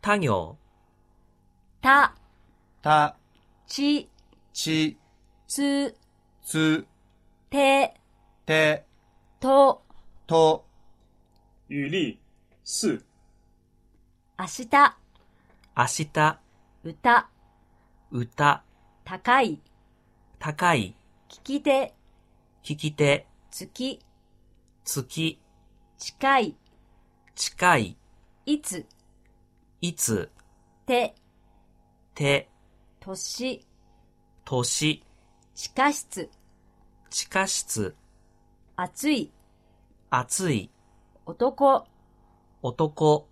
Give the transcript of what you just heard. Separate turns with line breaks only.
他行、
た、
た、
ち、
ち、
つ、
つ、
て、
て、
と、
と、
雨力四
明日、
明日、
歌、
歌、
高い、
高い、
聞き手、
聞き手、
月、
月、
近い、
近い、
いつ、
いつ、
て、
手、
年、
年、
地下室、
地下室、
暑い、
暑い、
男、
男、